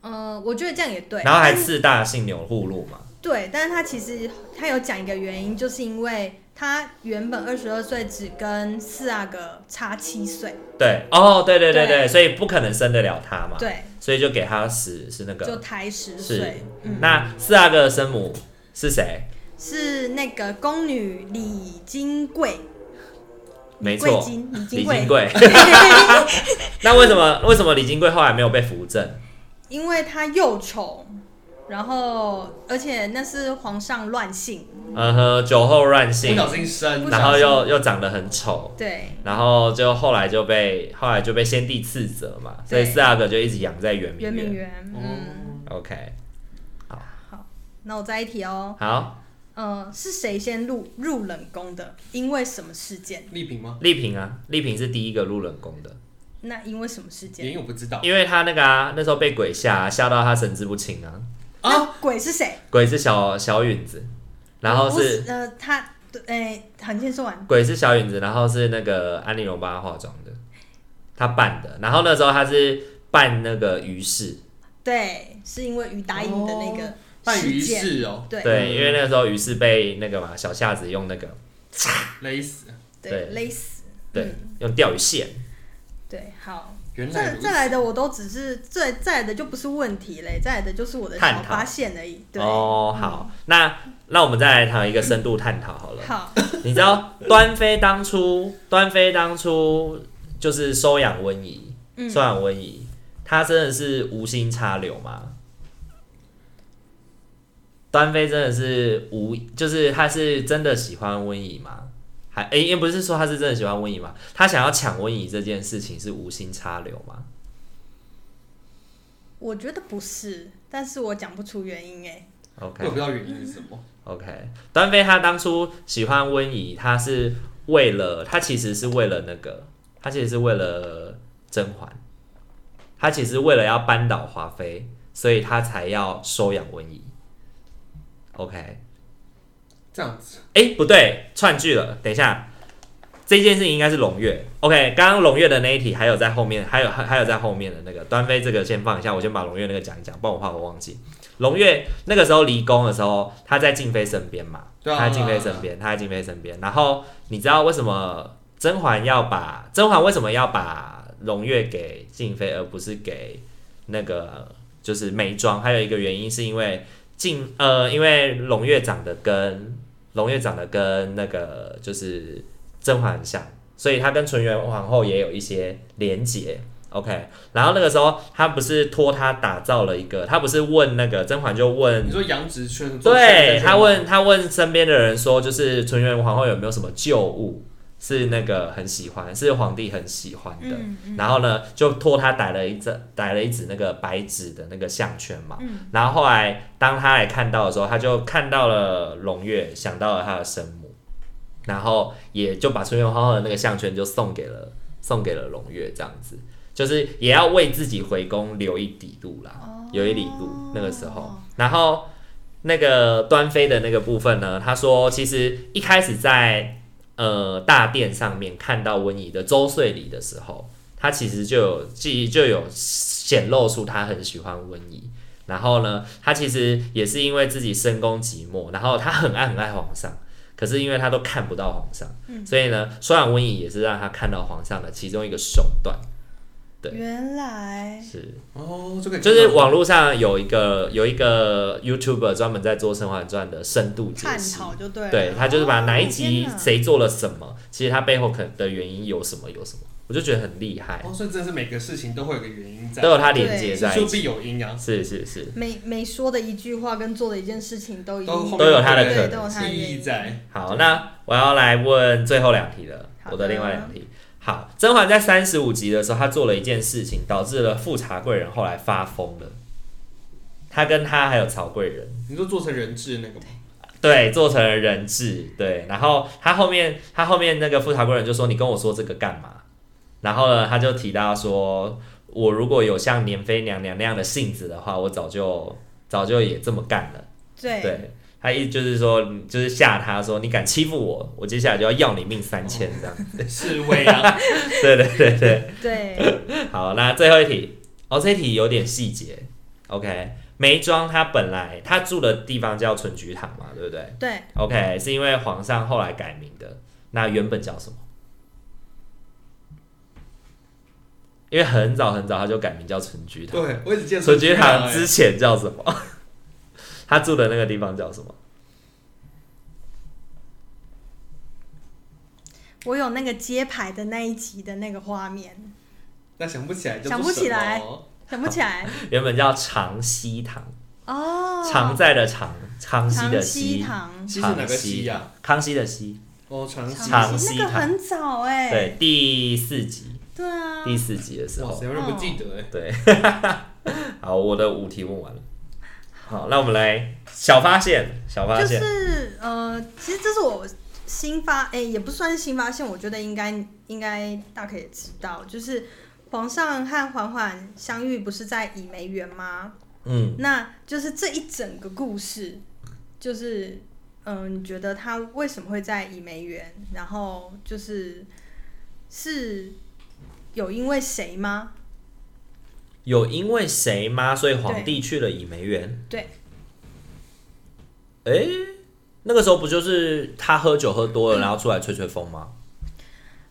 呃，我觉得这样也对。
然后还
但
四大姓钮祜禄嘛，
对，但是他其实他有讲一个原因，就是因为他原本二十二岁只跟四阿哥差七岁，
对，哦，对对对对，
对
所以不可能生得了她嘛，
对，
所以就给她十是那个
就抬十
是
岁。嗯
那四阿哥的生母是谁？
是那个宫女李金贵，
没
贵
错，
金李
李
金
金
贵，
贵。
*laughs*
那为什么为什么李金贵后来没有被扶正？
因为她又丑，然后而且那是皇上乱性，
嗯哼，酒后乱
不
性，
小心生，
然后又又长得很丑，
对
然后就后来就被后来就被先帝斥责嘛，所以
对
四阿哥就一直养在圆
圆
明
明
园。
园，嗯，
哦，
OK，
好，那我再一题哦，
好，
呃，是谁先入入冷宫的？因为什么事件？
丽萍吗？
丽嫔啊，丽嫔是第一个入冷宫的，
那因为什么事件
原？因我不知道
因为她那个啊，那时候被鬼吓、吓到她神志不清啊。
啊，
那鬼是谁？
鬼是小小允子，然后
不
哦是
是呃，他对，哎、很先说完，
鬼是小影子，然后是那个安陵容帮她化妆的，她扮的。然后那时候她是扮那个于氏，
对，是因为于达颖的那
哦
个
半鱼
事件，
是哦，
对
对，因为那时候于氏被那个嘛小夏子用那个
嗯
勒死，
对
对勒死，
对、
嗯
用钓鱼线，
对，好，
原来
这
如此
再。来的我都只是再再来的就不是问题嘞，再来的就是我的
探
小
讨
发现而已，对，
哦，好，那那我们再来谈一个深度探讨好了。
好，
你知道端妃当初，端妃当初就是收养温宜，
嗯
收养温宜，她真的是无心插柳吗？端妃真的是无，就是她是真的喜欢温宜吗？还诶，也、不是说她是真的喜欢温宜吗？她想要抢温宜这件事情是无心插柳吗？
我觉得不是，但是我讲不出原因哎、
OK，
我也不知道原因是什么。
OK，端妃她当初喜欢温宜，她是为了她其实是为了那个，她其实是为了甄嬛，她其实为了要扳倒华妃，所以她才要收养温宜。OK，哎、
这样子，
不对，串句了，等一下，这件事情应该是胧月。OK，刚刚胧月的那一题还有在后面，还有还还有在后面的那个端妃这个先放一下，我先把胧月那个讲一讲，不然我怕我忘记。胧月那个时候离宫的时候，她在静妃身边嘛，
对啊，
他在静妃身边，他在静妃身边。然后你知道为什么甄嬛要把甄嬛为什么要把胧月给静妃，而不是给那个就是眉庄？还有一个原因是因为静呃，因为胧月长得跟胧月长得跟那个就是甄嬛很像，所以她跟纯元皇后也有一些连结。OK，然后那个时候她不是托她打造了一个，她不是问那个甄嬛就问
你说杨植圈，
嗯对他问他问身边的人说，就是纯元皇后有没有什么旧物是那个很喜欢，是皇帝很喜欢的。
嗯嗯
然后呢，就托他逮了一只逮了一只那个白纸的那个项圈嘛。
嗯
然后后来当他来看到的时候，他就看到了胧月，想到了他的生母，然后也就把纯元皇后的那个项圈就送给了送给了胧月，这样子就是也要为自己回宫留一底路啦，
哦
留一里路那个时候。然后那个端妃的那个部分呢，他说其实一开始在呃大殿上面看到温宜的周岁礼的时候，他其实就有记忆就有显露出他很喜欢温宜。然后呢，他其实也是因为自己深宫寂寞，然后他很爱很爱皇上，可是因为他都看不到皇上，
嗯
所以呢，收养温宜也是让他看到皇上的其中一个手段。对
原来
是，
哦，这个
就是网络上有一个有一个 YouTuber 专门在做《甄嬛传》的深度解
探
析，
讨就对了。
对他就是把哪一集
哦天哪
谁做了什么，其实他背后可能的原因有什么有什么，我就觉得很厉害，
哦，所以真的是每个事情都会有个原因在，
都有他连接
是
在一
树
起，
必有因啊，
是是是，
每每说的一句话跟做的一件事情都一
都后面
都有它的
对
可能
嗯都有它的原
意
因
义在。
好，那我要来问最后两题了，
好
我
的
的另外两题。好，甄嬛在三十五集的时候，她做了一件事情，导致了富察贵人后来发疯了。她跟她还有曹贵人，
你说做成人质那个
*laughs*
吗？
对，做成了人质，对。然后他后面，他后面那个富察贵人就说：“你跟我说这个干嘛？”然后呢，他就提到说：“我如果有像年妃娘娘那样的性子的话，我早就早就也这么干了。”
对，
对，他意思就是说，就是吓他说：“你敢欺负我，我接下来就要要你命三千。”这样，
侍卫啊，
对对对对。
对，
好，那最后一题，哦，这一题有点细节。OK，眉庄她本来她住的地方叫纯菊堂嘛，对不对？
对，
OK，是因为皇上后来改名的。那原本叫什么？因为很早很早他就改名叫纯菊堂。
对，我一直记得
纯菊堂
之
之前叫什么？ *laughs* 他住的那个地方叫什么？
我有那个揭牌的那一集的那个画面，
但想不起来就
想
不
不起来
熟哦
想不
*laughs*
起来
原本叫长熙堂，
哦。
常在的常，康熙的
长
熙，
堂，
熙是哪个熙呀？
康熙的熙。
哦，长
长
熙。
长
熙
熙
那个
堂
很早哎、
对，第四集，
对啊，
第四集的时
哇
候
塞，，我都不记得哎。
对， *laughs* 好，我的五题问完了。好，那我们来小发现，小发
就
现，
是呃，其实这是我新发，哎、也不算新发现，我觉得应该应该大可以知道，就是皇上和嬛嬛相遇不是在倚梅园吗？
嗯，
那就是这一整个故事，就是嗯、呃你觉得他为什么会在倚梅园？然后就是是有因为谁吗？
有因为谁吗？所以皇帝去了倚梅园。
对，
哎、那个时候不就是他喝酒喝多了，然后出来吹吹风吗？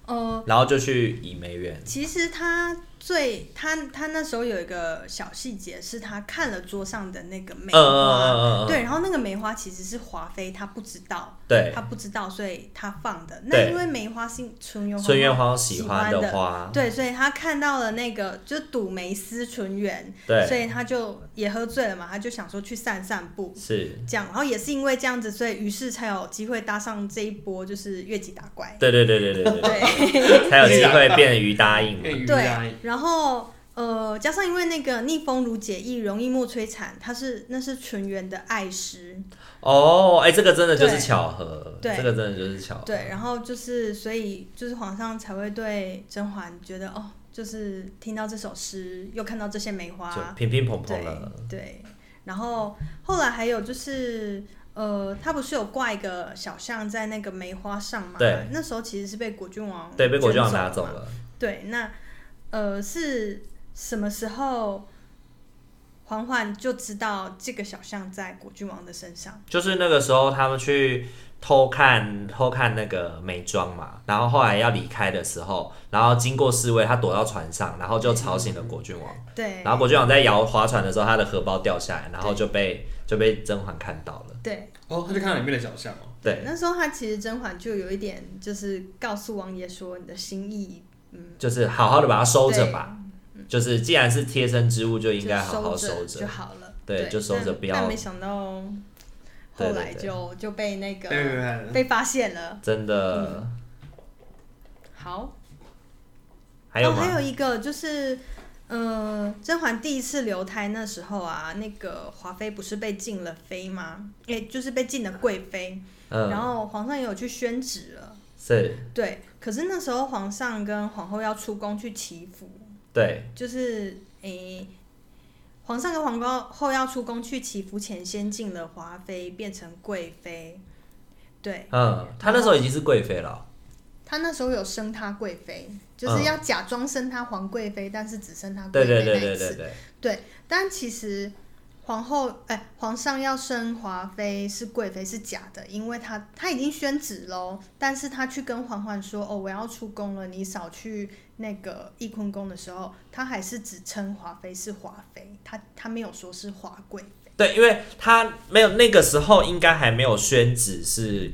呃，
然后就去倚梅园。
其实他最他他那时候有一个小细节，是他看了桌上的那个梅
嗯嗯
花，
嗯嗯嗯，
对，然后那个梅花其实是华妃，她不知道，
对，
她不知道，所以她放的。那
对
因为梅花是纯元皇后
春月花喜
喜
欢
欢
的
的
花，
对，所以他看到了那个就赌梅斯纯元，所
对，
以他就也喝醉了嘛，他就想说去散散步。
是，
这样，然后也是因为这样子，所以于是才有机会搭上这一波就是越级打怪。
对对对对对对， *laughs*
对
才有机会变于答
*laughs*
应嘛。
粤语啊
对，然后呃，加上因为那个逆风如解意，容易莫摧残，它是那是纯元的爱诗，
哦，哎，这个真的就是
对
巧合，
对
这个真的就是巧合，
对，然后就是所以就是皇上才会对甄嬛觉得哦，就是听到这首诗，又看到这些梅花，
就乒乒乓乓
对
了。
对，然后后来还有就是，呃，他不是有挂一个小象在那个梅花上吗？
对，
那时候其实是被果郡王
对，被果郡王
卷
拿走
嘛。
了。
对，那呃是什么时候？嬛嬛就知道这个小象在果郡王的身上，
就是那个时候他们去偷看偷看那个美妆嘛，然后后来要离开的时候，然后经过侍卫，他躲到船上，然后就吵醒了果郡王。
对
然后果郡王在摇划船的时候，他的荷包掉下来，然后就被就被甄嬛看到了。
对，
哦，他就看到里面的小象哦，
对，
那时候他其实甄嬛就有一点就是告诉王爷说你的心意，嗯，
就是好好的把它收着
对
吧。就是既然是贴身之物，就应该
就
好好
收
着
就。好了。
对就收着
但
不要
但没想到
对对
后来
对
就就被那个
对对对，
被发现了。
真的，
嗯好，
还有
哦、
吗？
还有一个就是，呃，甄嬛第一次流胎那时候啊，那个华妃不是被禁了妃吗？也、就是被禁了贵妃，然
嗯，
后皇上也有去宣旨了。
是，
对，可是那时候皇上跟皇后要出宫去祈福，
对，
就是诶、皇上跟皇后要出宫去祈福前，先进了华妃，变成贵妃。对啊
嗯，她那时候已经是贵妃了。
他那时候有升她贵妃，就是要假装升她皇贵妃，但是只升她贵
嗯对
妃那
对
一次。
对对对对，
但其实皇后哎、皇上要升华妃是贵妃是假的，因为他他已经宣旨喽，但是他去跟嬛嬛说哦我要出宫了，你少去那个翊坤宫的时候，他还是只称华妃是华妃，他他没有说是华贵妃。
对，因为她没有那个时候应该还没有宣旨是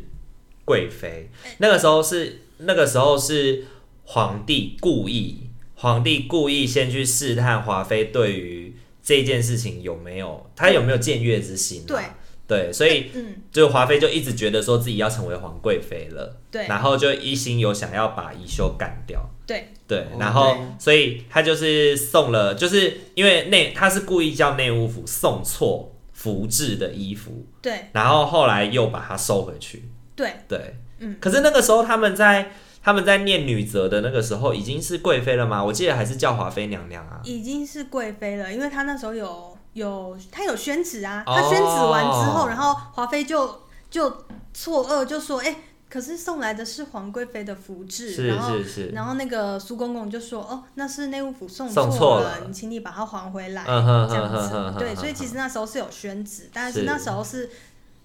贵妃，那个时候是那个时候是皇帝故意，皇帝故意先去试探华妃对于这件事情有没有她有没有僭越之心、啊，
对
对，所以
嗯，
就华妃就一直觉得说自己要成为皇贵妃了，
对
然后就一心有想要把宜修干掉。
对
对
哦，
然后
对
所以他就是送了，就是因为内他是故意叫内务府送错服制的衣服，
对
然后后来又把它收回去。
对，
对，
嗯，
可是那个时候他们在他们在念女则的那个时候已经是贵妃了吗？我记得还是叫华妃娘娘啊。
已经是贵妃了，因为他那时候有有他有宣旨啊，
哦
他宣旨完之后，然后华妃就就错愕就说，哎、可是送来的是皇贵妃的福制，
是
然后
是是，
然后那个苏公公就说，哦，那是内务府送
送错
错
了
你请你把它还回来，
嗯哼
这样
哼哼哼
子，对，
哼
所以其实那时候是有宣旨，但是
是
那时候是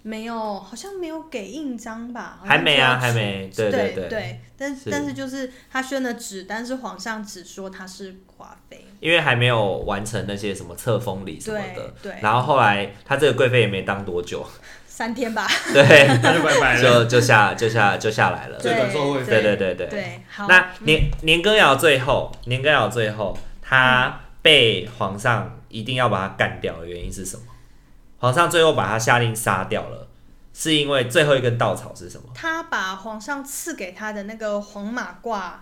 没有，好像没有给印章吧，好像
还没啊，
只有
还没，对
对
对，
但
是
但是就是他宣了旨，但是皇上只说他是华妃，
因为还没有完成那些什么册封礼什么
对
的。
对，
然后后来她这个贵妃也没当多久， *laughs*
三天吧，
对，
他就拜拜了。
就就下就下就下来了。
最短寿会
对
对
对对对。
对，好，
那年年羹尧最后，年羹尧最后他被皇上一定要把他干掉的原因是什么？皇上最后把他下令杀掉了，是因为最后一根稻草是什么？
他把皇上赐给他的那个黄马褂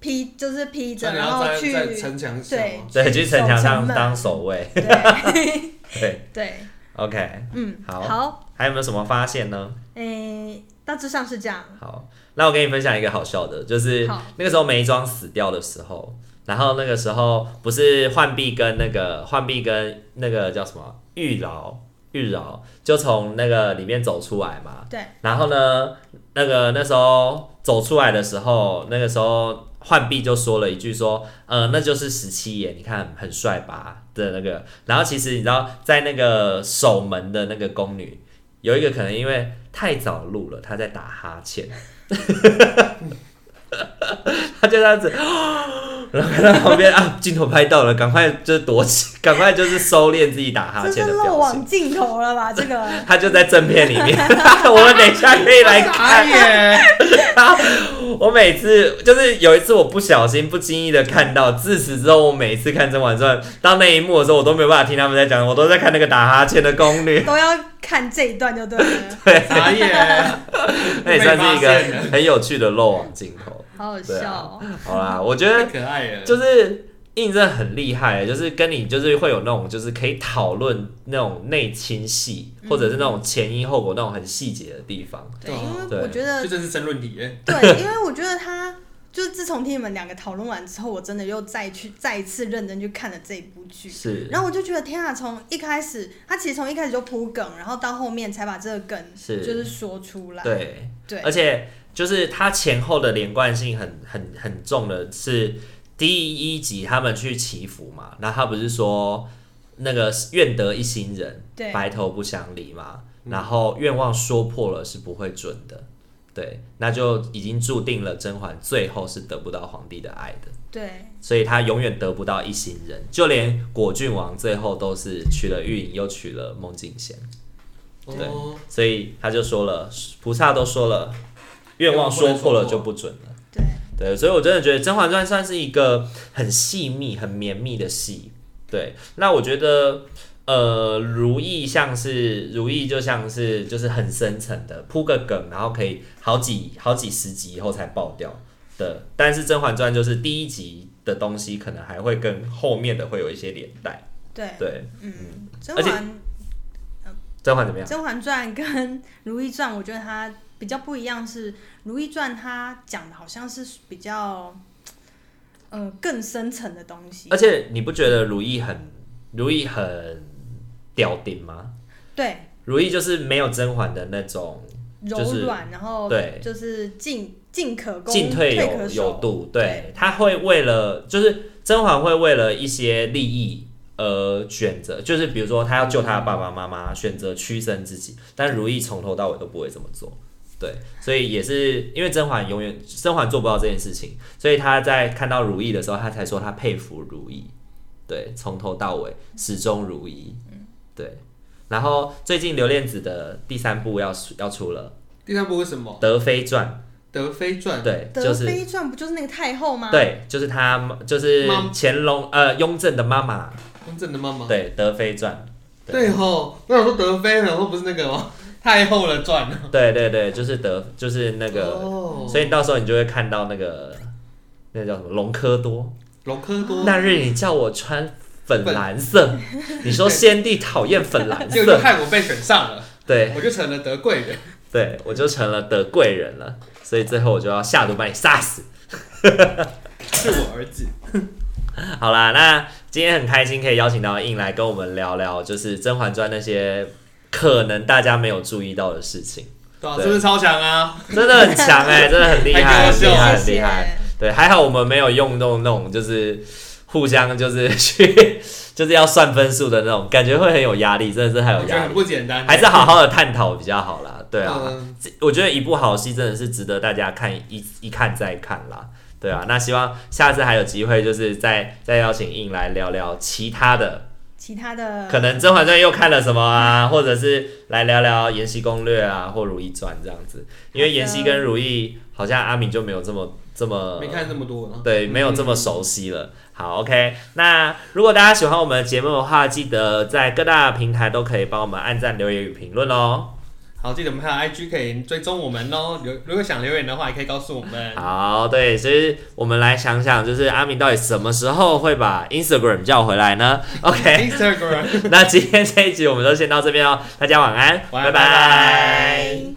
披，就是披着，
那你
然
要
后
在
去
在城墙上
对
吗，
对，去城墙上
守城门
当守卫。
对
对
对，
，OK，
嗯，
好
好，
还有没有什么发现呢？
诶，大致上是这样，
好，那我跟你分享一个好笑的，就是
好
那个时候梅庄死掉的时候，然后那个时候不是浣碧跟那个浣碧跟那个叫什么玉娆玉娆就从那个里面走出来嘛，
对，
然后呢，那个那时候走出来的时候，那个时候浣碧就说了一句说，呃，那就是十七爷，你看很帅吧的那个。然后其实你知道，在那个守门的那个宫女，有一个可能因为太早录了，她在 *laughs* 打哈欠，她就这样子， *gasps* 然后看到旁边啊，镜头拍到了，赶快就是躲起， *laughs* 赶快就是收敛自己打哈
这
欠
是
的
漏
表
网
情。
镜头了吧？这个
他就在正片里面， *laughs* 我们等一下可以来
傻
哎
看。
眼，
我每次就是有一次我不小心不经意的看到，自此之后我每次看《甄嬛传》到那一幕的时候，我都没有办法听他们在讲，我都在看那个打哈欠的宫 *laughs* 女。
都要看这一段就
*laughs*
对了，
傻眼，
那也算是一
被发现
个很有趣的漏网镜头。
好好
对
笑、
啊
哦。
好啦，我觉
太
得
可爱了，
就是印证很厉害，就是跟你就是会有那种就是可以讨论那种内亲戏，或者是那种前因后果那种很细节的地方。
对
对，
啊
因
对
为我觉得
这真是争论题耶，
对，因为我觉得他就是自从听你们两个讨论完之后，我真的又再去再一次认真去看了这一部剧。
是
然后我就觉得天啊，从一开始他其实从一开始就铺梗，然后到后面才把这个梗
是
就是说出来。
对，
对
而且就是它前后的连贯性很很很重的是第一集他们去祈福嘛，然后他不是说那个愿得一心人，
对
白头不相离嘛，然后愿望说破了是不会准的。对，那就已经注定了甄嬛最后是得不到皇帝的爱的，
对
所以她永远得不到一心人，就连果郡王最后都是娶了玉莹，又娶了孟静娴。对
哦，
所以他就说了，菩萨都说了，愿望说破了就不准了。
对，
对，所以我真的觉得《甄嬛传》算是一个很细密、很绵密的戏。对，那我觉得，呃，如意像是如意，就像是就是很深层的铺个梗，然后可以好几好几十集以后才爆掉的。但是《甄嬛传》就是第一集的东西，可能还会跟后面的会有一些连带。
对，
对，
嗯，甄
而且
嬛
甄嬛怎么样？
甄嬛传跟 *laughs* 如懿传，我觉得它比较不一样是，如懿传它讲的好像是比较呃更深层的东西
而。且你不觉得如意很如意很吊顶吗？
对，
如意就是没有甄嬛的那种
柔
就是
软，然后
对
就是进进可攻，
进退有
可守
有度，
对
对，她会为了就是甄嬛会为了一些利益而选择，就是比如说她要救她的爸爸妈妈，选择屈身自己，但如意从头到尾都不会这么做。对，所以也是因为甄嬛永远甄嬛做不到这件事情，所以她在看到如意的时候，她才说她佩服如意。对，从头到尾始终如一。对，然后最近《刘恋子》的第三部要出要出了，
第三部为什
《
么？
德妃传
德妃》传，
对，
德
就是
妃传不就是那个太后吗？，
对，就是他，就是
妈
乾隆呃雍正的妈妈，
雍正哦的妈妈，
对《德妃传
对吼，我想说德妃，我想说不是那
*laughs*
个吗？太后的传，》，
对对对，就是德，就是那个，
哦，
所以到时候你就会看到那个那叫什么隆科多。
隆科多，
那日你叫我穿粉蓝
*laughs*
色，你说先帝讨厌粉蓝
结果就
色，
害我被选上了，
嗯对
我就成了德贵人，
对，我就成了德贵人了，所以最后我就要下毒把你杀死。
是我儿子。
好啦，那今天很开心可以邀请到印来跟我们聊聊，就是《甄嬛传》那些可能大家没有注意到的事情。
对啊，
对
是不是超强啊？
真的很强哎、真的很厉害，
还
很
给
厉
我
害，
秀
很厉害。对，还好我们没有用那种那种就是互相就是 *laughs* 去就是要算分数的那种，感觉会很有压力，真的是很
我
有
觉得
压
很
力。
不简单，
还是好好的探讨比较好啦，对啊，
嗯
这我觉得一部好戏真的是值得大家看一一看再看啦，对啊，那希望下次还有机会，就是再再邀请印来聊聊其他的
其他的
可能《甄嬛传》又看了什么啊，或者是来聊聊《延禧攻略》啊，或《如懿传》这样子，因为
好的
延禧跟如懿好像阿敏就没有这么这么
没看这么多呢。
呃
嗯
对，没有这么熟悉了。好，OK。那如果大家喜欢我们的节目的话，记得在各大平台都可以帮我们按赞、留言与评论哦。
好，记得我们还有 IG 可以追踪我们哦。留如果想留言的话，也可以告诉我们。
好，对，所以我们来想想，就是阿敏到底什么时候会把 Instagram 叫回来呢？OK，
Instagram，
嗯那今天这一集我们就先到这边哦，大家晚安，
晚
拜拜
安拜拜
拜。